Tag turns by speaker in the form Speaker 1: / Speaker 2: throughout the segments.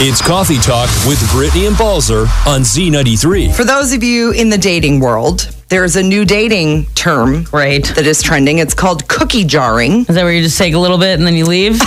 Speaker 1: It's Coffee Talk with Brittany and Balzer on Z93.
Speaker 2: For those of you in the dating world, there's a new dating term
Speaker 3: Right.
Speaker 2: that is trending. It's called cookie jarring.
Speaker 3: Is that where you just take a little bit and then you leave?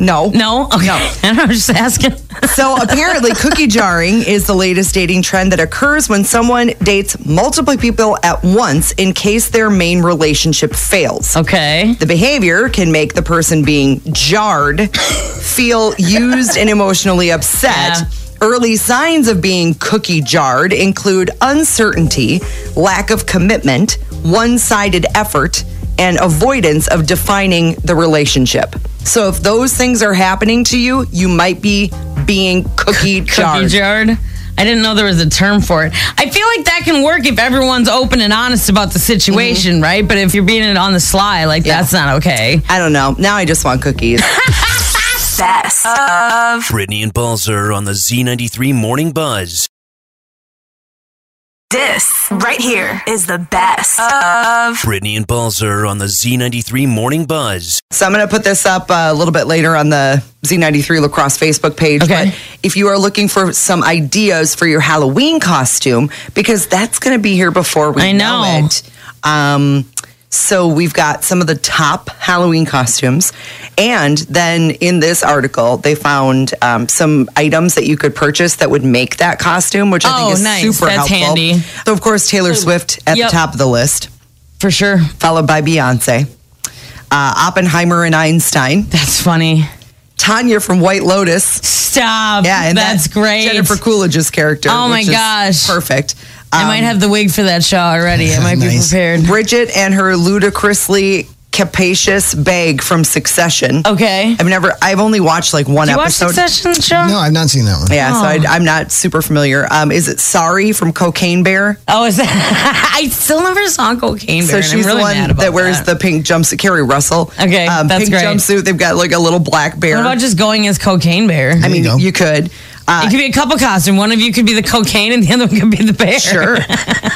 Speaker 2: No.
Speaker 3: No? Okay. And I'm just asking.
Speaker 2: So apparently, cookie jarring is the latest dating trend that occurs when someone dates multiple people at once in case their main relationship fails.
Speaker 3: Okay.
Speaker 2: The behavior can make the person being jarred feel used and emotionally upset.
Speaker 3: Yeah.
Speaker 2: Early signs of being cookie jarred include uncertainty, lack of commitment, one sided effort, and avoidance of defining the relationship. So, if those things are happening to you, you might be being cookie
Speaker 3: Cookie
Speaker 2: jarred.
Speaker 3: jarred. I didn't know there was a term for it. I feel like that can work if everyone's open and honest about the situation,
Speaker 2: Mm-hmm.
Speaker 3: right? But if you're being it on the sly, like that's not okay.
Speaker 2: I don't know. Now I just want cookies.
Speaker 4: Best
Speaker 1: Brittany and Balzer on the Z93 Morning Buzz.
Speaker 4: this right here is the best of
Speaker 1: Brittany and Balzer on the Z93 Morning Buzz.
Speaker 2: So I'm going to put this up uh, a little bit later on the Z93 Lacrosse Facebook page.
Speaker 3: Okay.
Speaker 2: But if you are looking for some ideas for your Halloween costume, because that's going to be here before we
Speaker 3: I know.
Speaker 2: it. Um, so we've got some of the top Halloween costumes, and then in this article they found um, some items that you could purchase that would make that costume, which I
Speaker 3: Oh,
Speaker 2: think is
Speaker 3: nice.
Speaker 2: super
Speaker 3: That's
Speaker 2: helpful.
Speaker 3: handy.
Speaker 2: So of course Taylor Swift at
Speaker 3: Yep.
Speaker 2: the top of the list,
Speaker 3: For sure.
Speaker 2: followed by Beyonce, uh, Oppenheimer and Einstein.
Speaker 3: That's funny.
Speaker 2: Tanya from White Lotus.
Speaker 3: Stop.
Speaker 2: Yeah, and
Speaker 3: that's
Speaker 2: that-
Speaker 3: great.
Speaker 2: Jennifer Coolidge's character.
Speaker 3: Oh my
Speaker 2: which is
Speaker 3: gosh.
Speaker 2: perfect. Um,
Speaker 3: I might have the wig for that show already. I might be
Speaker 5: Nice.
Speaker 3: prepared.
Speaker 2: Bridget and her ludicrously capacious bag from Succession.
Speaker 3: Okay.
Speaker 2: I've never. I've only watched like one
Speaker 3: Do you watch
Speaker 2: episode.
Speaker 3: Succession Oh. show?
Speaker 5: No, I've not seen that one.
Speaker 2: Yeah, so I, I'm not super familiar. Um, is it Sorry from Cocaine Bear?
Speaker 3: Oh, is that? I still never saw Cocaine Bear.
Speaker 2: So
Speaker 3: and I'm
Speaker 2: she's
Speaker 3: really
Speaker 2: the one
Speaker 3: mad about
Speaker 2: that wears the pink jumpsuit. Carrie Russell. Um,
Speaker 3: Okay, that's
Speaker 2: pink
Speaker 3: great.
Speaker 2: jumpsuit. They've got like a little black bear.
Speaker 3: What about just going as Cocaine Bear?
Speaker 2: I mean,
Speaker 5: There you go.
Speaker 2: you could. Uh,
Speaker 3: It could be a couple costume. One of you could be the cocaine, and the other one could be the bear.
Speaker 2: sure.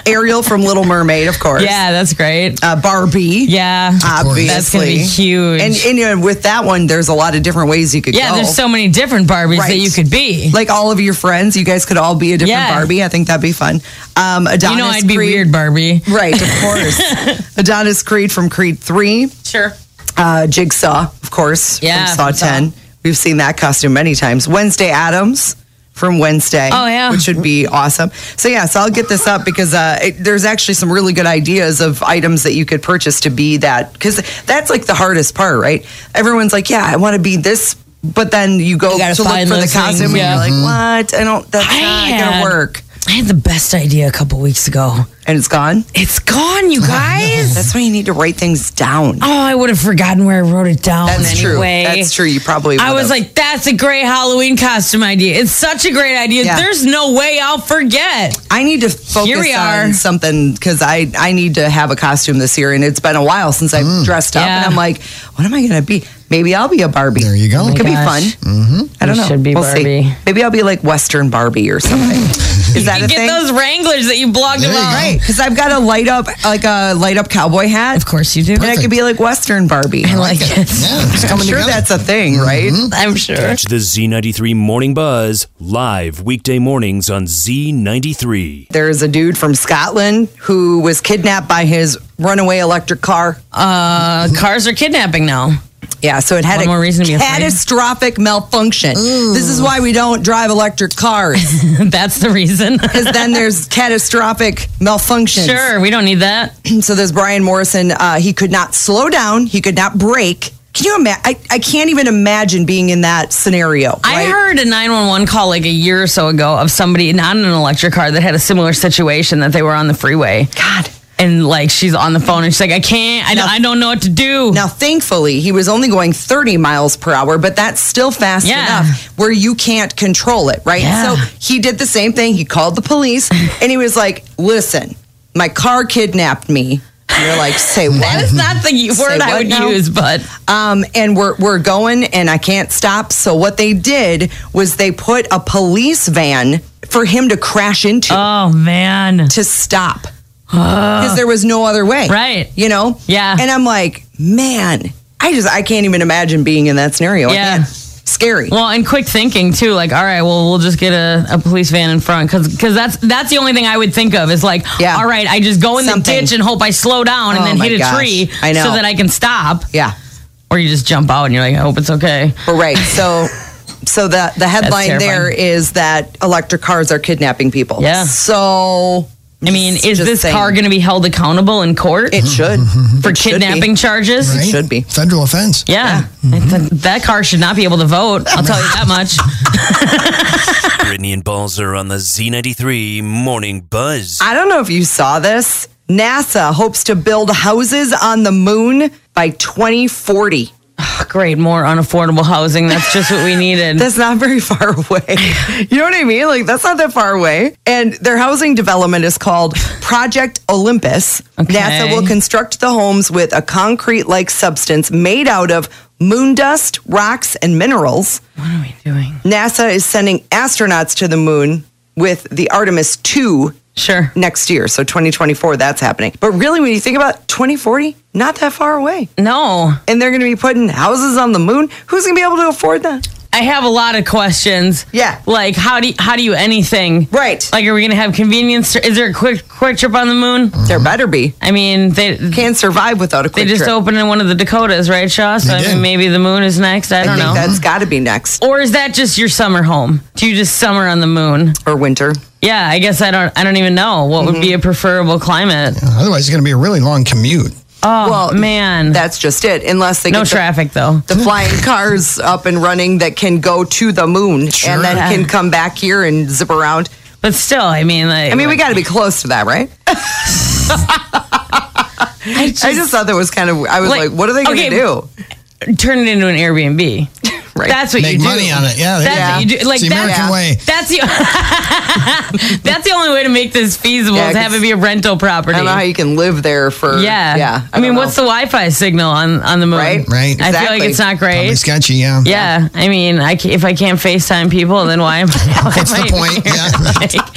Speaker 2: Ariel from Little Mermaid, of course.
Speaker 3: Yeah, that's great.
Speaker 2: Uh, Barbie.
Speaker 3: Yeah,
Speaker 2: obviously.
Speaker 3: that's gonna be huge.
Speaker 2: And, and you know, with that one, there's a lot of different ways you could
Speaker 3: yeah,
Speaker 2: go.
Speaker 3: there's so many different Barbies that
Speaker 2: Right.
Speaker 3: you could be.
Speaker 2: like all of your friends, you guys could all be a different
Speaker 3: Yeah.
Speaker 2: Barbie. I think that'd be fun. Um, Adonis
Speaker 3: you know, I'd be
Speaker 2: Creed.
Speaker 3: weird Barbie.
Speaker 2: Right, of course. Adonis Creed from Creed 3,
Speaker 3: Sure.
Speaker 2: uh, Jigsaw, of course,
Speaker 3: Yeah,
Speaker 2: from Saw
Speaker 3: from Saw.
Speaker 2: 10. We've seen that costume many times. Wednesday Adams from Wednesday.
Speaker 3: Oh, yeah.
Speaker 2: Which would be awesome. So, yeah, so I'll get this up because uh, it, there's actually some really good ideas of items that you could purchase to be that. Because that's like the hardest part, right? Everyone's like, yeah, I want to be this. But then you go
Speaker 3: gotta
Speaker 2: to look
Speaker 3: find
Speaker 2: for the
Speaker 3: those
Speaker 2: costume
Speaker 3: things,
Speaker 2: and
Speaker 3: yeah.
Speaker 2: you're like, what? I don't, that's
Speaker 3: I
Speaker 2: not going
Speaker 3: had-
Speaker 2: to work.
Speaker 3: I had the best idea a couple weeks ago.
Speaker 2: And it's gone.
Speaker 3: It's gone, you guys.
Speaker 2: That's why you need to write things down.
Speaker 3: Oh, I would have forgotten where I wrote it down.
Speaker 2: That's true.
Speaker 3: anyway.
Speaker 2: That's true. You probably
Speaker 3: I was
Speaker 2: would've.
Speaker 3: like, that's a great Halloween costume idea. It's such a great idea.
Speaker 2: Yeah.
Speaker 3: There's no way I'll forget.
Speaker 2: I need to focus
Speaker 3: Here we
Speaker 2: on
Speaker 3: are.
Speaker 2: something because I, I need to have a costume this year, and it's been a while since I've dressed up, and
Speaker 3: Yeah.
Speaker 2: I'm like, what am I going to be? Maybe I'll be a Barbie.
Speaker 5: There you go.
Speaker 2: It could
Speaker 3: Oh gosh.
Speaker 2: be fun. Mm-hmm. I don't
Speaker 3: You
Speaker 2: know.
Speaker 3: should be
Speaker 2: we'll see.
Speaker 3: Barbie.
Speaker 2: Maybe I'll be like Western Barbie or something. Is that a
Speaker 3: Get
Speaker 2: thing?
Speaker 3: those Wranglers that you blogged
Speaker 5: There you
Speaker 3: about.
Speaker 5: go.
Speaker 2: right? Because I've got a light up like a light up cowboy hat,
Speaker 3: Of course you do.
Speaker 2: and I could be like Western Barbie.
Speaker 3: I like it.
Speaker 5: Yeah, it's
Speaker 2: I'm
Speaker 5: coming
Speaker 2: sure
Speaker 5: together.
Speaker 2: that's a thing, right?
Speaker 3: I'm sure.
Speaker 1: Catch the Z93 Morning Buzz live weekday mornings on Z93.
Speaker 2: There is a dude from Scotland who was kidnapped by his runaway electric car.
Speaker 3: Uh, cars are kidnapping now.
Speaker 2: Yeah, so it had
Speaker 3: One
Speaker 2: a
Speaker 3: more reason to be afraid.
Speaker 2: catastrophic malfunction. This is why we don't drive electric cars
Speaker 3: That's the reason.
Speaker 2: because then there's catastrophic malfunctions.
Speaker 3: sure, we don't need that.
Speaker 2: So there's Brian Morrison. Uh, he could not slow down. He could not brake. Can you imagine? I, I can't even imagine being in that scenario.
Speaker 3: I
Speaker 2: right?
Speaker 3: heard a 911 call like a year or so ago of somebody not in an electric car that had a similar situation that they were on the freeway.
Speaker 2: God.
Speaker 3: And like she's on the phone and she's like, I can't, I, don't, I don't know what to do.
Speaker 2: Now, thankfully, he was only going 30 miles per hour, but that's still fast
Speaker 3: Yeah.
Speaker 2: enough where you can't control it, right?
Speaker 3: Yeah.
Speaker 2: So he did the same thing. He called the police and he was like, listen, my car kidnapped me. And you're like, say
Speaker 3: That
Speaker 2: what?
Speaker 3: is not the word I
Speaker 2: what
Speaker 3: would
Speaker 2: now?
Speaker 3: use, but
Speaker 2: Um, and we're, we're going and I can't stop. So what they did was they put a police van for him to crash into
Speaker 3: oh man.
Speaker 2: to stop because there was no other way.
Speaker 3: Right.
Speaker 2: You know?
Speaker 3: Yeah.
Speaker 2: And I'm like, man, I just, I can't even imagine being in that scenario. I
Speaker 3: Yeah.
Speaker 2: can't. Scary.
Speaker 3: Well, and quick thinking too. Like, all right, well, we'll just get a, a police van in front because that's that's the only thing I would think of is like,
Speaker 2: Yeah.
Speaker 3: all right, I just go in
Speaker 2: Something.
Speaker 3: the ditch and hope I slow down and
Speaker 2: Oh
Speaker 3: then
Speaker 2: my
Speaker 3: hit a
Speaker 2: gosh.
Speaker 3: tree
Speaker 2: I know.
Speaker 3: so that I can stop.
Speaker 2: yeah.
Speaker 3: Or you just jump out and you're like, I hope it's okay.
Speaker 2: But right. So so the the headline there
Speaker 3: terrifying.
Speaker 2: is that electric cars are kidnapping people.
Speaker 3: Yeah.
Speaker 2: So
Speaker 3: I mean, is
Speaker 2: just
Speaker 3: this
Speaker 2: saying.
Speaker 3: car going to be held accountable in court
Speaker 2: It should.
Speaker 3: for
Speaker 2: It should be.
Speaker 3: kidnapping charges?
Speaker 2: It
Speaker 5: Right?
Speaker 2: should be.
Speaker 5: Federal offense.
Speaker 3: Yeah, Th- that car should not be able to vote. I'll tell you that much.
Speaker 1: Brittany and Balzer on the Z93 Morning Buzz.
Speaker 2: I don't know if you saw this. NASA hopes to build houses on the moon by 2040.
Speaker 3: Great, more unaffordable housing. That's just what we needed.
Speaker 2: That's not very far away. You know what I mean? Like, that's not that far away. And their housing development is called Project Olympus.
Speaker 3: Okay.
Speaker 2: NASA will construct the homes with a concrete like substance made out of moon dust, rocks, and minerals.
Speaker 3: what are we doing?
Speaker 2: NASA is sending astronauts to the moon with the Artemis 2
Speaker 3: Sure.
Speaker 2: next year. So 2024, that's happening. But really, when you think about 2040, not that far away.
Speaker 3: No,
Speaker 2: And they're going to be putting houses on the moon. Who's going to be able to afford that?
Speaker 3: I have a lot of questions.
Speaker 2: Yeah.
Speaker 3: Like how do you, how do you anything?
Speaker 2: Right.
Speaker 3: Like are we gonna have convenience? Is there a quick quick trip on the moon?
Speaker 2: There better be.
Speaker 3: I mean they
Speaker 2: Can't survive without a
Speaker 3: they
Speaker 2: quick
Speaker 3: just
Speaker 2: trip.
Speaker 3: opened in one of the Dakotas, right, Shaw? So
Speaker 5: They
Speaker 3: I
Speaker 5: did.
Speaker 3: mean maybe the moon is next. I
Speaker 2: I
Speaker 3: don't
Speaker 2: think
Speaker 3: know.
Speaker 2: that's got to be next
Speaker 3: Or is that just your summer home? Do you just summer on the moon?
Speaker 2: or winter.
Speaker 3: Yeah, I guess I don't I don't even know what would
Speaker 2: Mm-hmm.
Speaker 3: be a preferable climate.
Speaker 5: Uh, Otherwise, it's going to be a really long commute.
Speaker 3: Oh
Speaker 2: Well,
Speaker 3: man.
Speaker 2: That's just it. Unless they
Speaker 3: no
Speaker 2: get the-
Speaker 3: traffic though.
Speaker 2: The, flying cars up and running that can go to the moon and then
Speaker 3: Yeah.
Speaker 2: can come back here and zip around.
Speaker 3: But still, I mean like
Speaker 2: I mean, we got to be close to that, right?
Speaker 3: I just,
Speaker 2: I just thought that was kind of. I was
Speaker 3: Like,
Speaker 2: like, what are they going to
Speaker 3: okay,
Speaker 2: do?
Speaker 3: turn it into an Airbnb.
Speaker 2: Right.
Speaker 3: That's what
Speaker 5: Make
Speaker 3: you do.
Speaker 5: money on it. Yeah, there
Speaker 3: That's
Speaker 5: you go.
Speaker 2: Yeah.
Speaker 3: what you do. Like
Speaker 5: it's the
Speaker 3: that's,
Speaker 5: American
Speaker 2: yeah.
Speaker 5: way.
Speaker 3: that's the that's the only way to make this feasible
Speaker 2: Yeah,
Speaker 3: is have
Speaker 2: 'cause-
Speaker 3: it be a rental property.
Speaker 2: I don't know how you can live there for.
Speaker 3: yeah,
Speaker 2: yeah.
Speaker 3: I, mean, what's the Wi-Fi signal on on the moon?
Speaker 2: Right?
Speaker 5: Right.
Speaker 3: I feel like
Speaker 2: Exactly.
Speaker 3: it's not
Speaker 5: Probably
Speaker 3: great.
Speaker 5: sketchy. Yeah.
Speaker 3: Yeah, I mean, I ca if I can't FaceTime people, then why am I?
Speaker 5: What's the point? Yeah.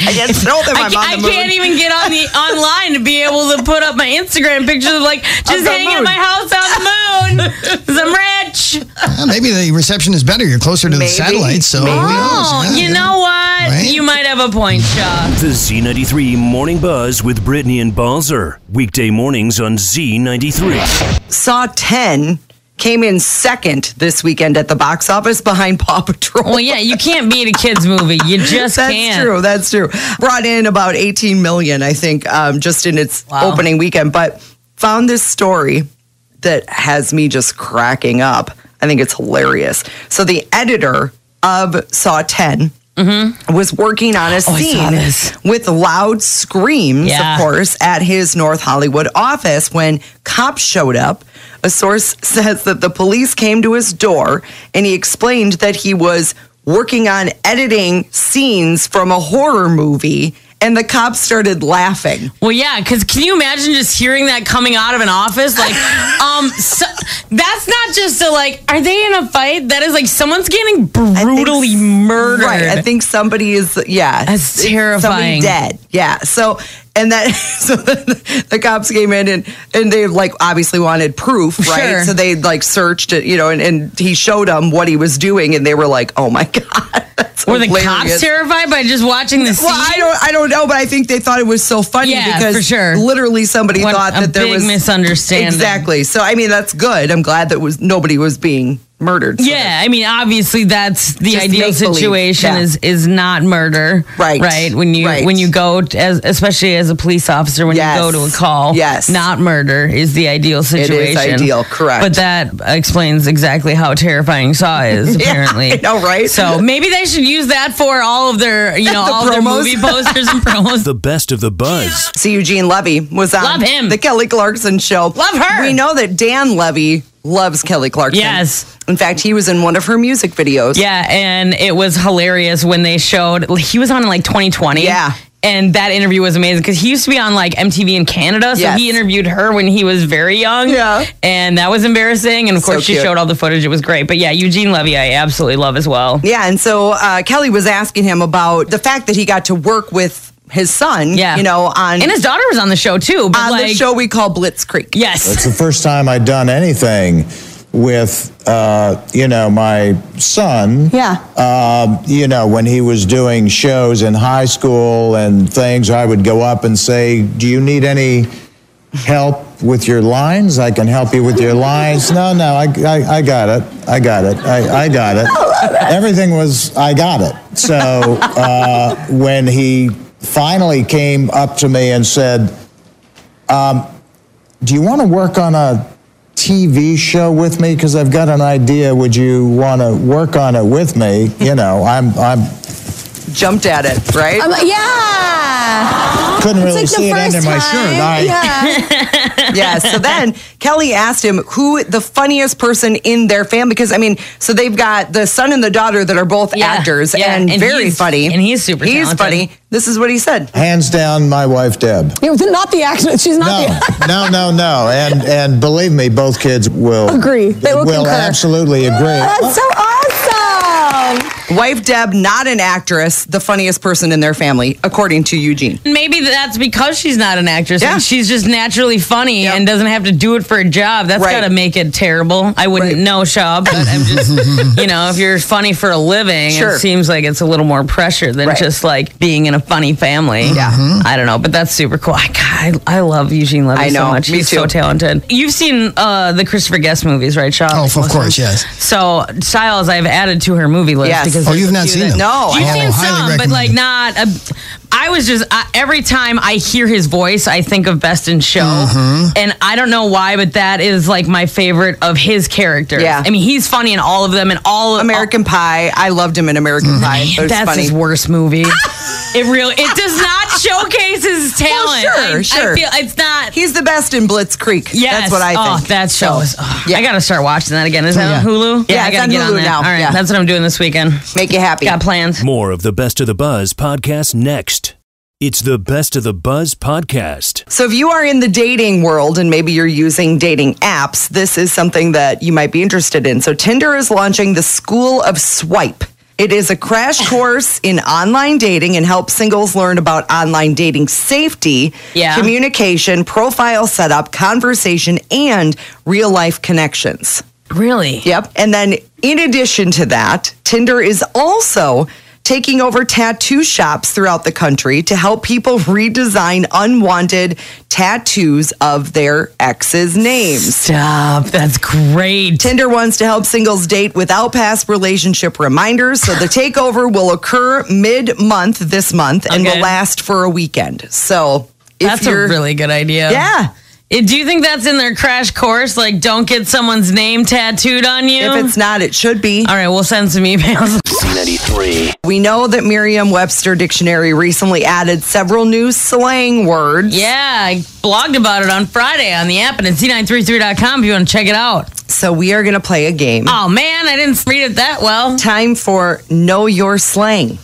Speaker 2: I guess know that
Speaker 3: I,
Speaker 2: I'm
Speaker 3: ca-
Speaker 2: on
Speaker 3: I
Speaker 2: the moon.
Speaker 3: can't even get on the online to be able to put up my Instagram pictures of like just
Speaker 2: the
Speaker 3: hanging
Speaker 2: moon.
Speaker 3: at my house on the moon 'cause I'm rich.
Speaker 5: Yeah, maybe the reception is better. You're closer to
Speaker 2: Maybe.
Speaker 5: the satellites, so
Speaker 2: Maybe.
Speaker 5: who knows?
Speaker 3: Oh,
Speaker 5: Yeah,
Speaker 3: you
Speaker 5: yeah.
Speaker 3: know what?
Speaker 5: Right?
Speaker 3: You might have a point, Shaw.
Speaker 1: The Z93 Morning Buzz with Brittany and Balzer. Weekday mornings on Z93.
Speaker 2: Saw 10 came in second this weekend at the box office behind Paw Patrol.
Speaker 3: Well, yeah, you can't beat a kids movie. You just
Speaker 2: That's
Speaker 3: can't.
Speaker 2: true. That's true. Brought in about 18 million, I think, um, just in its
Speaker 3: Wow.
Speaker 2: opening weekend. But found this story that has me just cracking up. I think it's hilarious. So the editor of Saw 10 was working on a
Speaker 3: Mm-hmm. Oh, I saw
Speaker 2: scene
Speaker 3: this.
Speaker 2: with loud screams,
Speaker 3: Yeah.
Speaker 2: of course, at his North Hollywood office when cops showed up. A source says that the police came to his door and he explained that he was working on editing scenes from a horror movie, and the cops started laughing.
Speaker 3: Well, yeah, because can you imagine just hearing that coming out of an office? Like, um, so, that's not just a like. Are they in a fight? That is like someone's getting brutally
Speaker 2: think-
Speaker 3: murdered.
Speaker 2: Right. I think somebody is, yeah.
Speaker 3: That's
Speaker 2: somebody
Speaker 3: terrifying.
Speaker 2: dead. Yeah. So, and that, so the, the cops came in and, and they like obviously wanted proof, right?
Speaker 3: Sure.
Speaker 2: So they like searched it, you know, and, and he showed them what he was doing and they were like, oh my God. that's
Speaker 3: Were the cops
Speaker 2: hilarious."
Speaker 3: terrified by just watching the scene?
Speaker 2: Well, I don't, I don't know, but I think they thought it was so funny
Speaker 3: Yeah,
Speaker 2: because
Speaker 3: for sure.
Speaker 2: literally somebody
Speaker 3: What
Speaker 2: thought
Speaker 3: a
Speaker 2: that there
Speaker 3: big
Speaker 2: was
Speaker 3: misunderstanding.
Speaker 2: Exactly. So I mean, that's good. I'm glad that was nobody was being murdered. So
Speaker 3: Yeah, I mean, obviously, that's the
Speaker 2: Just
Speaker 3: ideal
Speaker 2: make-believe,
Speaker 3: situation
Speaker 2: yeah.
Speaker 3: is is not murder,
Speaker 2: Right,
Speaker 3: Right when you
Speaker 2: right.
Speaker 3: when you go t- as especially as a police officer when
Speaker 2: Yes,
Speaker 3: you go to a call,
Speaker 2: yes.
Speaker 3: not murder is the ideal
Speaker 2: is
Speaker 3: situation.
Speaker 2: ideal, correct.
Speaker 3: But that explains exactly how terrifying Saw is. Apparently,
Speaker 2: I know, right?
Speaker 3: So maybe they should use that for all of their you know
Speaker 2: The
Speaker 3: all of their
Speaker 2: promos.
Speaker 3: movie posters and promos.
Speaker 1: The best of the buzz.
Speaker 2: So Eugene Levy was on
Speaker 3: Love him.
Speaker 2: the Kelly Clarkson show.
Speaker 3: Love her.
Speaker 2: We know that Dan Levy loves Kelly Clarkson.
Speaker 3: Yes.
Speaker 2: In fact, he was in one of her music videos.
Speaker 3: Yeah, and it was hilarious when they showed he was on in like 2020.
Speaker 2: Yeah.
Speaker 3: And that interview was amazing because he used to be on like MTV in Canada. So
Speaker 2: Yes.
Speaker 3: he interviewed her when he was very young.
Speaker 2: Yeah.
Speaker 3: And that was embarrassing. And of
Speaker 2: So
Speaker 3: course, she
Speaker 2: cute.
Speaker 3: showed all the footage. It was great. But yeah, Eugene Levy, I absolutely love as well.
Speaker 2: Yeah, and so uh, Kelly was asking him about the fact that he got to work with his son.
Speaker 3: Yeah.
Speaker 2: You know, on
Speaker 3: And his daughter was on the show too. But
Speaker 2: on
Speaker 3: like,
Speaker 2: the show we call Blitzkrieg.
Speaker 3: Yes.
Speaker 6: It's the first time I'd done anything with uh, you know my son.
Speaker 7: Yeah.
Speaker 6: Um, you know when he was doing shows in high school and things, I would go up and say, "Do you need any help with your lines? I can help you with your lines." No, no, I, I, I got it. I got it. I, I got it. Everything was I got it. So uh, when he finally came up to me and said do you want to work on a TV show with me? Because I've got an idea. Would you want to work on it with me? You know, I'm I'm
Speaker 2: Jumped at it, right?
Speaker 7: Um, yeah.
Speaker 6: couldn't really
Speaker 7: Oh, it's
Speaker 6: see
Speaker 7: like
Speaker 6: it
Speaker 7: the
Speaker 6: under
Speaker 7: first time.
Speaker 6: my shirt. I,
Speaker 7: yeah.
Speaker 2: yeah. So then Kelly asked him who the funniest person in their family because I mean, so they've got the son and the daughter that are both
Speaker 3: Yeah,
Speaker 2: actors
Speaker 3: yeah,
Speaker 2: and,
Speaker 3: and
Speaker 2: very
Speaker 3: he's-
Speaker 2: funny.
Speaker 3: and he's super
Speaker 2: He's
Speaker 3: talented.
Speaker 2: funny. This is what he said.
Speaker 6: hands down, my wife Deb.
Speaker 7: It was not the accident. She's not
Speaker 6: No,
Speaker 7: the.
Speaker 6: no, no, no, and and believe me, both kids will
Speaker 7: Agree. They will concur.
Speaker 6: absolutely agree.
Speaker 7: That's so awesome.
Speaker 2: Wife Deb, not an actress, the funniest person in their family, according to Eugene.
Speaker 3: Maybe that's because she's not an actress.
Speaker 2: Yeah.
Speaker 3: and she's just naturally funny
Speaker 2: Yep.
Speaker 3: and doesn't have to do it for a job. That's
Speaker 2: Right.
Speaker 3: got to make it terrible. I wouldn't
Speaker 2: Right.
Speaker 3: know, Shab, but I'm just, you know, if you're funny for a living,
Speaker 2: Sure.
Speaker 3: it seems like it's a little more pressure than
Speaker 2: Right.
Speaker 3: just like being in a funny family. Yeah.
Speaker 5: Mm-hmm.
Speaker 3: I don't know, but that's super cool. I, God, I, I love Eugene Levy
Speaker 2: I know,
Speaker 3: so much.
Speaker 2: me
Speaker 3: He's
Speaker 2: too.
Speaker 3: so talented. You've seen uh, the Christopher Guest movies, right, Shab?
Speaker 5: Oh, of course, yes.
Speaker 3: So, Styles, I've added to her movie list
Speaker 2: Yes.
Speaker 3: because
Speaker 5: Oh,
Speaker 3: there's
Speaker 5: you've
Speaker 3: a
Speaker 5: not
Speaker 3: few
Speaker 5: seen
Speaker 3: that-
Speaker 5: them?
Speaker 2: No, I
Speaker 3: You've
Speaker 5: Oh,
Speaker 3: seen
Speaker 5: highly
Speaker 3: some, but like
Speaker 5: recommended.
Speaker 3: not. A, I was just I, every time I hear his voice, I think of Best in Show,
Speaker 5: Mm-hmm.
Speaker 3: and I don't know why, but that is like my favorite of his characters.
Speaker 2: Yeah.
Speaker 3: I mean he's funny in all of them, and all of Oh,
Speaker 2: American Pie. I loved him in American Pie. It was
Speaker 3: Mm. that's
Speaker 2: funny.
Speaker 3: his worst movie. it real. It does not showcase his talent.
Speaker 2: sure,
Speaker 3: I- I,
Speaker 2: sure.
Speaker 3: feel it's not.
Speaker 2: He's the best in Blitz Creek.
Speaker 3: Yes.
Speaker 2: That's what I
Speaker 3: oh,
Speaker 2: think.
Speaker 3: that show is. oh, I gotta start watching that again. Is that on
Speaker 5: Oh, Yeah.
Speaker 3: Hulu?
Speaker 2: Yeah,
Speaker 3: I
Speaker 2: it's
Speaker 3: gotta
Speaker 2: on
Speaker 3: get
Speaker 2: Hulu
Speaker 3: on that.
Speaker 2: now.
Speaker 3: All right,
Speaker 2: Yeah.
Speaker 3: that's what I'm doing this weekend.
Speaker 2: Make you happy.
Speaker 3: Got plans.
Speaker 1: More of the Best of the Buzz podcast next. It's the Best of the Buzz podcast.
Speaker 2: So, if you are in the dating world and maybe you're using dating apps, this is something that you might be interested in. So, Tinder is launching the School of Swipe. It is a crash course in online dating and helps singles learn about online dating safety,
Speaker 3: Yeah.
Speaker 2: communication, profile setup, conversation, and real life connections.
Speaker 3: Really?
Speaker 2: Yep. And then in addition to that, Tinder is also taking over tattoo shops throughout the country to help people redesign unwanted tattoos of their ex's names.
Speaker 3: Stop. That's great.
Speaker 2: Tinder wants to help singles date without past relationship reminders. So the takeover will occur mid month this month and
Speaker 3: Okay.
Speaker 2: will last for a weekend. So if
Speaker 3: That's a
Speaker 2: you're
Speaker 3: really good idea.
Speaker 2: Yeah.
Speaker 3: It- do you think that's in their crash course? Like, don't get someone's name tattooed on you?
Speaker 2: If it's not, it should be.
Speaker 3: All right, we'll send some emails.
Speaker 1: Z93.
Speaker 2: We know that Merriam Webster Dictionary recently added several new slang words.
Speaker 3: yeah, I blogged about it on Friday on the app and at c933.com if you want to check it out.
Speaker 2: So we are going to play a game.
Speaker 3: Oh, man, I didn't read it that well.
Speaker 2: Time for know your slang.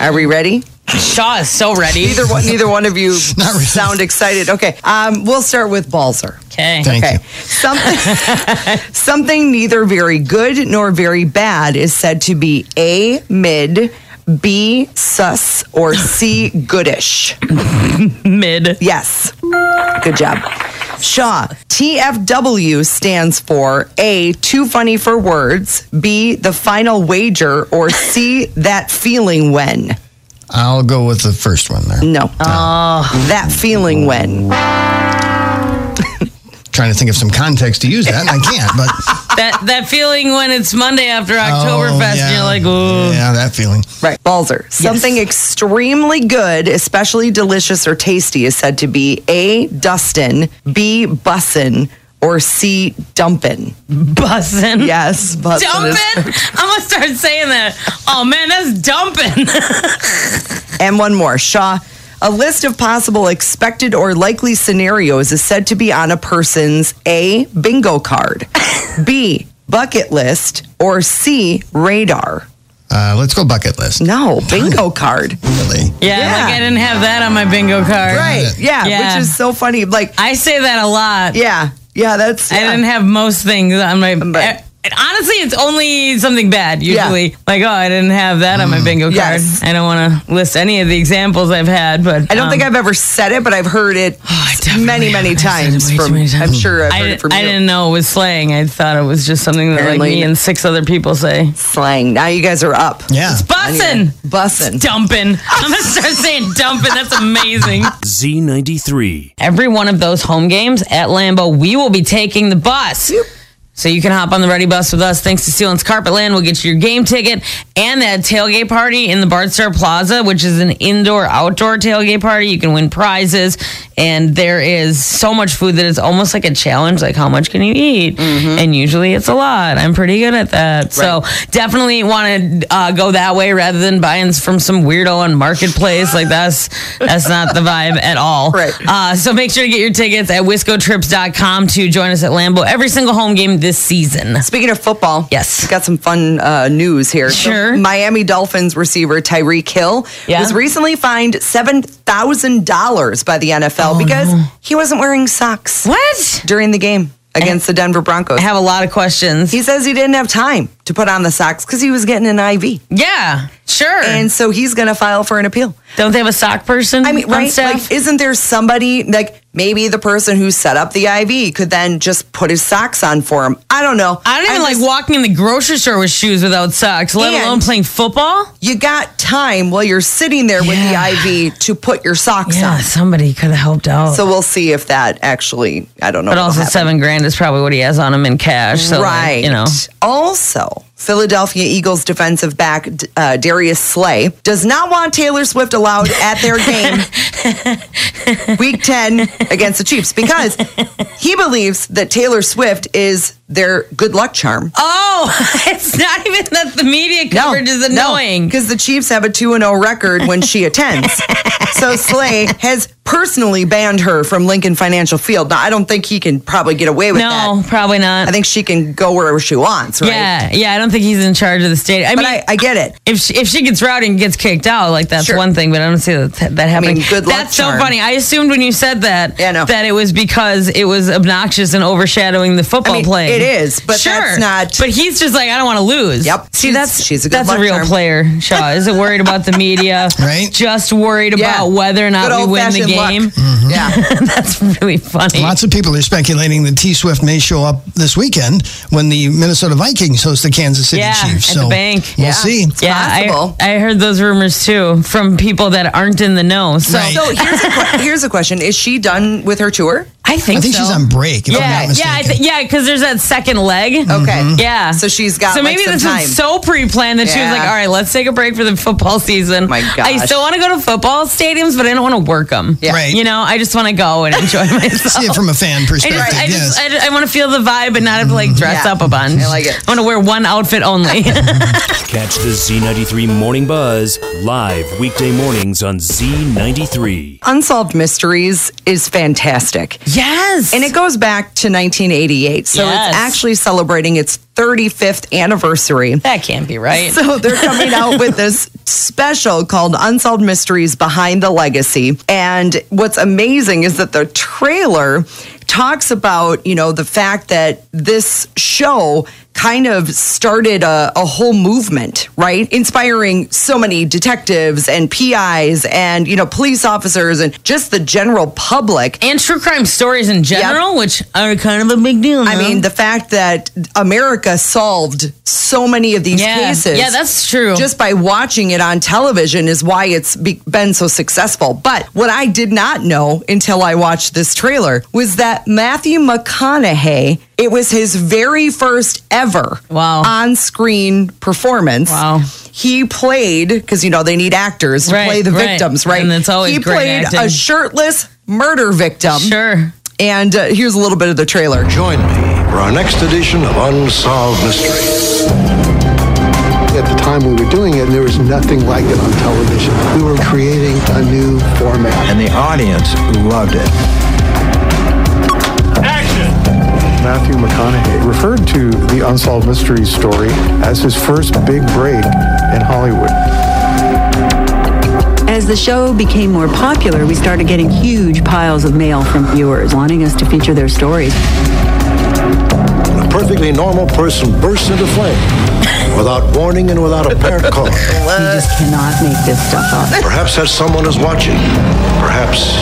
Speaker 2: Are we ready?
Speaker 3: Shaw is so ready.
Speaker 2: Neither one, neither one of you
Speaker 5: really.
Speaker 2: sound excited. Okay, um, we'll start with Balzer.
Speaker 3: Okay.
Speaker 5: Thank
Speaker 2: Okay,
Speaker 5: you.
Speaker 2: something something neither very good nor very bad is said to be a mid, b sus, or c goodish.
Speaker 3: Mid.
Speaker 2: Yes. Good job. Shaw, TFW stands for A, too funny for words, B, the final wager, or C, that feeling when.
Speaker 5: I'll go with the first one there.
Speaker 2: No. That feeling when.
Speaker 5: Trying to think of some context to use that, and I can't. But
Speaker 3: that that feeling when it's Monday after Oktoberfest
Speaker 5: Oh, yeah.
Speaker 3: and you're like, ooh.
Speaker 5: yeah, that feeling.
Speaker 2: Right. Balzer, something extremely good, especially delicious or tasty is said to be A, dustin, B, bussin, or C, dumpin.
Speaker 3: Bussin'.
Speaker 2: Yes, bussin. is-
Speaker 3: Dumping? I'm going to start saying that. Oh, man, that's dumping.
Speaker 2: And one more, Shaw. A list of possible expected or likely scenarios is said to be on a person's A, bingo card, B, bucket list, or C, radar.
Speaker 5: Uh, let's go bucket list.
Speaker 2: No, bingo card.
Speaker 5: Really.
Speaker 3: Yeah,
Speaker 2: Yeah.
Speaker 3: like I didn't have that on my bingo card.
Speaker 2: Right. Yeah,
Speaker 3: Yeah.
Speaker 2: which is so funny. Like,
Speaker 3: I say that a lot.
Speaker 2: yeah, yeah, that's.
Speaker 3: I
Speaker 2: yeah.
Speaker 3: didn't have most things on my. eh,
Speaker 2: But-
Speaker 3: and honestly, it's only something bad usually. Like, oh, I didn't have that on my bingo card.
Speaker 2: Mm. Yes.
Speaker 3: I don't want to list any of the examples I've had, but
Speaker 2: I don't
Speaker 3: um,
Speaker 2: think I've ever said it, but I've heard it
Speaker 3: I definitely
Speaker 2: many, many
Speaker 3: have. I've said it
Speaker 2: times.
Speaker 3: way too
Speaker 2: From
Speaker 3: many times.
Speaker 2: I'm sure I've
Speaker 3: I,
Speaker 2: heard it
Speaker 3: didn't-
Speaker 2: from
Speaker 3: I
Speaker 2: you.
Speaker 3: didn't know it was slang. I thought it was just something that
Speaker 2: Apparently
Speaker 3: like me
Speaker 2: not.
Speaker 3: and six other people say.
Speaker 2: Slang. Now you guys are up.
Speaker 5: Yeah.
Speaker 3: Bussin'.
Speaker 2: Bussin'.
Speaker 3: Dumping. I'm gonna start saying dumping. That's amazing.
Speaker 1: Z93.
Speaker 3: Every one of those home games at Lambeau, we will be taking the bus. So you can hop on the ready bus with us. Thanks to Sealant's Carpetland, we'll get you your game ticket and that tailgate party in the Bard Star Plaza, which is an indoor-outdoor tailgate party. You can win prizes, and there is so much food that it's almost like a challenge. Like how much can you eat? And usually it's a lot. I'm pretty good at that, so definitely want to uh, go that way rather than buying from some weirdo on marketplace. like that's that's not the vibe at all.
Speaker 2: Right.
Speaker 3: Uh, so make sure to get your tickets at wiscotrips.com to join us at Lambeau every single home game this season.
Speaker 2: Speaking of football,
Speaker 3: Yes.
Speaker 2: we've got some fun uh, news here. So
Speaker 3: Sure.
Speaker 2: Miami Dolphins receiver Tyreek Hill
Speaker 3: Yeah.
Speaker 2: was recently fined seven thousand dollars by the NFL because he wasn't wearing socks
Speaker 3: Oh, What?
Speaker 2: during the game against the Denver Broncos.
Speaker 3: I have a lot of questions.
Speaker 2: He says he didn't have time to put on the socks because he was getting an IV,
Speaker 3: yeah, sure.
Speaker 2: and so he's going to file for an appeal.
Speaker 3: Don't they have a sock person?
Speaker 2: I mean,
Speaker 3: on
Speaker 2: right?
Speaker 3: staff?
Speaker 2: Like, isn't there somebody like maybe the person who set up the IV could then just put his socks on for him? I don't know.
Speaker 3: I don't even
Speaker 2: I'm
Speaker 3: like
Speaker 2: just-
Speaker 3: walking in the grocery store with shoes without socks, let
Speaker 2: And-
Speaker 3: alone playing football.
Speaker 2: you got time while you're sitting there
Speaker 3: Yeah.
Speaker 2: with the IV to put your socks
Speaker 3: Yeah, somebody could have helped out.
Speaker 2: on. So we'll see if that actually, I don't know.
Speaker 3: but
Speaker 2: what'll
Speaker 3: also
Speaker 2: happen.
Speaker 3: seven grand is probably what he has on him in cash. So like,
Speaker 2: Right.
Speaker 3: you know.
Speaker 2: Also, Philadelphia Eagles defensive back D- uh, Darius Slay does not want Taylor Swift allowed at their game week 10 against the Chiefs because he believes that Taylor Swift is their good luck charm.
Speaker 3: Oh, it's not even that the media coverage is annoying.
Speaker 2: Because the Chiefs have a 2 0 record when she attends. so Slay has personally banned her from Lincoln Financial Field. Now, I don't think he can probably get away with
Speaker 3: no,
Speaker 2: that.
Speaker 3: probably not.
Speaker 2: I think she can go wherever she wants, right?
Speaker 3: Yeah, yeah. I don't think he's in charge of the state. I
Speaker 2: But
Speaker 3: mean,
Speaker 2: I, I get it.
Speaker 3: if she, if she gets rowdy and gets kicked out, like that's
Speaker 2: Sure.
Speaker 3: one thing. But I don't see that that happening.
Speaker 2: good luck
Speaker 3: That's
Speaker 2: charm.
Speaker 3: so funny. I assumed when you said that
Speaker 2: Yeah, I know.
Speaker 3: that it was because it was obnoxious and overshadowing the football
Speaker 2: I mean,
Speaker 3: play.
Speaker 2: it is, but
Speaker 3: sure.
Speaker 2: that's not-
Speaker 3: But he's just like I don't want to lose.
Speaker 2: Yep.
Speaker 3: See,
Speaker 2: She's-
Speaker 3: that's
Speaker 2: she's a good
Speaker 3: that's a
Speaker 2: luck
Speaker 3: real
Speaker 2: charm.
Speaker 3: player. Shaw isn't worried about the media.
Speaker 5: Right.
Speaker 3: Just worried
Speaker 2: Yeah.
Speaker 3: about whether or
Speaker 2: Good
Speaker 3: not we win the
Speaker 2: old-fashioned luck.
Speaker 3: game.
Speaker 2: Yeah.
Speaker 3: that's really funny.
Speaker 5: Lots of people are speculating that T Swift may show up this weekend when the Minnesota Vikings host the Kansas City
Speaker 3: Yeah,
Speaker 5: Chiefs.
Speaker 3: at the bank.
Speaker 5: We'll
Speaker 2: Yeah.
Speaker 5: see.
Speaker 3: yeah,
Speaker 2: possible.
Speaker 3: I, I heard those rumors too from people that aren't in the know. So
Speaker 5: Right.
Speaker 2: So here's a, que- here's a question Is she done with her tour?
Speaker 3: I think
Speaker 5: I think
Speaker 3: so.
Speaker 5: she's on break, if I'm
Speaker 3: yeah,
Speaker 5: not mistaken.
Speaker 3: yeah, I th- yeah, because there's that second leg. Mm-hmm.
Speaker 2: Okay.
Speaker 3: Yeah.
Speaker 2: So she's got
Speaker 3: So
Speaker 2: like,
Speaker 3: maybe
Speaker 2: some
Speaker 3: this
Speaker 2: time.
Speaker 3: was so pre-planned that she was
Speaker 2: Yeah.
Speaker 3: like, "All right, let's take a break for the football season."
Speaker 2: My
Speaker 3: I
Speaker 2: gosh.
Speaker 3: still want to go to football stadiums, but I don't want to work them.
Speaker 2: Yeah.
Speaker 5: Right.
Speaker 3: You know, I just want to go and enjoy myself.
Speaker 5: See it from a fan
Speaker 3: I
Speaker 5: perspective.
Speaker 3: just, I,
Speaker 5: yes.
Speaker 3: just, I, just- I want to feel the vibe, but not have to like dress
Speaker 2: Mm-hmm. Yeah.
Speaker 3: up a bunch.
Speaker 2: I like it.
Speaker 3: I want to wear one outfit only.
Speaker 1: Catch the Z93 Morning Buzz live weekday mornings on Z93.
Speaker 2: Unsolved Mysteries is fantastic.
Speaker 3: yes.
Speaker 2: And it goes back to 1988. So
Speaker 3: Yes.
Speaker 2: it's actually celebrating its 35th anniversary.
Speaker 3: that can't be right.
Speaker 2: So they're coming out with this special called Unsolved Mysteries Behind the Legacy. And what's amazing is that the trailer talks about, you know, the fact that this show kind of started a, a whole movement, right? Inspiring so many detectives and PIs and, you know, police officers and just the general public.
Speaker 3: and true crime stories in general, which are kind of a big deal.
Speaker 2: I
Speaker 3: no?
Speaker 2: mean, the fact that America solved so many of these
Speaker 3: yeah,
Speaker 2: cases.
Speaker 3: yeah, that's true.
Speaker 2: Just by watching it on television is why it's be- been so successful. But what I did not know until I watched this trailer was that Matthew McConaughey, it was his very first ever
Speaker 3: Wow.
Speaker 2: on screen performance.
Speaker 3: Wow.
Speaker 2: He played, because, you know, they need actors to
Speaker 3: Right,
Speaker 2: play the
Speaker 3: right.
Speaker 2: victims, right?
Speaker 3: And it's always
Speaker 2: He
Speaker 3: great
Speaker 2: played a
Speaker 3: acting.
Speaker 2: shirtless murder victim.
Speaker 3: sure.
Speaker 2: And uh, here's a little bit of the trailer.
Speaker 8: Join me for our next edition of Unsolved Mysteries.
Speaker 9: At the time we were doing it, there was nothing like it on television. We were creating a new format.
Speaker 6: And the audience loved it.
Speaker 9: Matthew McConaughey referred to the Unsolved Mysteries story as his first big break in Hollywood.
Speaker 10: As the show became more popular, we started getting huge piles of mail from viewers wanting us to feature their stories.
Speaker 8: when a perfectly normal person bursts into flame without warning and without apparent cause.
Speaker 10: You just cannot make this stuff up.
Speaker 8: Perhaps that someone is watching. Perhaps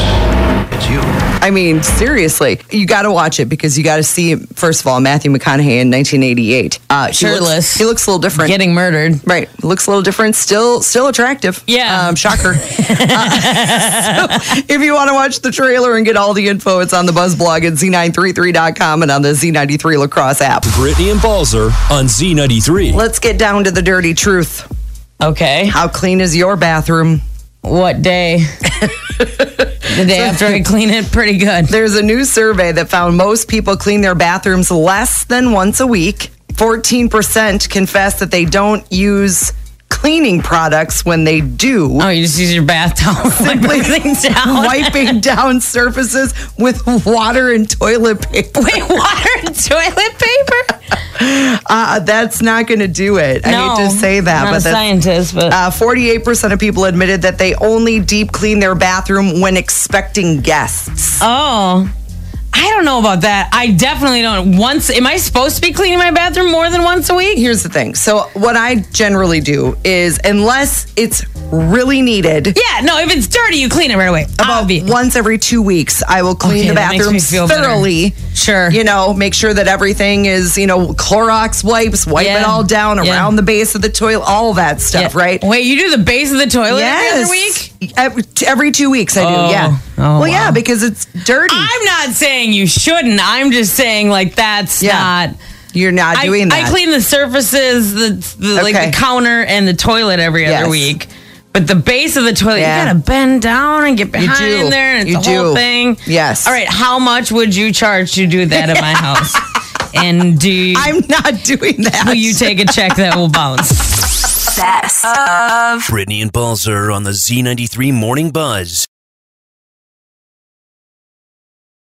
Speaker 8: it's you.
Speaker 2: I mean, seriously, you got to watch it because you got to see, first of all, Matthew McConaughey in 1988. Uh, he looks-
Speaker 3: Shirtless.
Speaker 2: He looks, a little different.
Speaker 3: Getting murdered.
Speaker 2: Right. Looks a little different. Still, still attractive.
Speaker 3: Yeah.
Speaker 2: Um, shocker. Uh, so if you want to watch the trailer and get all the info, it's on the Buzz blog at z933.com and on the Z93 Lacrosse app.
Speaker 1: Brittany and Balzer on Z93.
Speaker 2: Let's get down to the dirty truth.
Speaker 3: Okay.
Speaker 2: How clean is your bathroom?
Speaker 3: What day? the day after I clean it pretty good.
Speaker 2: There's a new survey that found most people clean their bathrooms less than once a week. 14% confess that they don't use cleaning products when they do.
Speaker 3: Oh, you just use your bath towel. Simply things down.
Speaker 2: Wiping down surfaces with water and toilet paper.
Speaker 3: Wait, water and toilet paper?
Speaker 2: Uh, that's not going to do it. I hate to say that,
Speaker 3: I'm not
Speaker 2: but
Speaker 3: a
Speaker 2: that's.
Speaker 3: scientist, but
Speaker 2: Uh, 48% of people admitted that they only deep clean their bathroom when expecting guests.
Speaker 3: oh, I don't know about that. I definitely don't. Once, am I supposed to be cleaning my bathroom more than once a week?
Speaker 2: Here's the thing. So, what I generally do is, unless it's really needed,
Speaker 3: Yeah, no. If it's dirty, you clean it right away.
Speaker 2: about
Speaker 3: Obvi-
Speaker 2: once every two weeks i will clean
Speaker 3: Okay,
Speaker 2: the
Speaker 3: that makes
Speaker 2: bathroom
Speaker 3: me feel better.
Speaker 2: thoroughly
Speaker 3: Sure.
Speaker 2: you know make sure that everything is you know clorox wipes wipe it
Speaker 3: Yeah,
Speaker 2: all down
Speaker 3: yeah.
Speaker 2: around the base of the toilet all that
Speaker 3: Yeah.
Speaker 2: stuff right
Speaker 3: Wait, you do the base of the toilet every
Speaker 2: yes
Speaker 3: other week?
Speaker 2: Every, every two weeks i do
Speaker 3: Oh.
Speaker 2: yeah
Speaker 3: Oh,
Speaker 2: well
Speaker 3: wow.
Speaker 2: yeah because it's dirty
Speaker 3: I'm not saying you shouldn't. I'm just saying like that's
Speaker 2: Yeah.
Speaker 3: not.
Speaker 2: you're not
Speaker 3: I,
Speaker 2: doing that
Speaker 3: I clean the surfaces, the, the
Speaker 2: Okay.
Speaker 3: like the counter and the toilet every
Speaker 2: Yes.
Speaker 3: other week. But the base of the toilet,
Speaker 2: Yeah.
Speaker 3: you gotta bend down and get behind
Speaker 2: do.
Speaker 3: there, and it's
Speaker 2: You
Speaker 3: the whole
Speaker 2: do.
Speaker 3: thing.
Speaker 2: Yes.
Speaker 3: All right. How much would you charge to do that at my house? and do you,
Speaker 2: i'm not doing that
Speaker 3: will you take a check that will bounce?
Speaker 4: Best of.
Speaker 1: Brittany and Balzer on the Z93 Morning Buzz.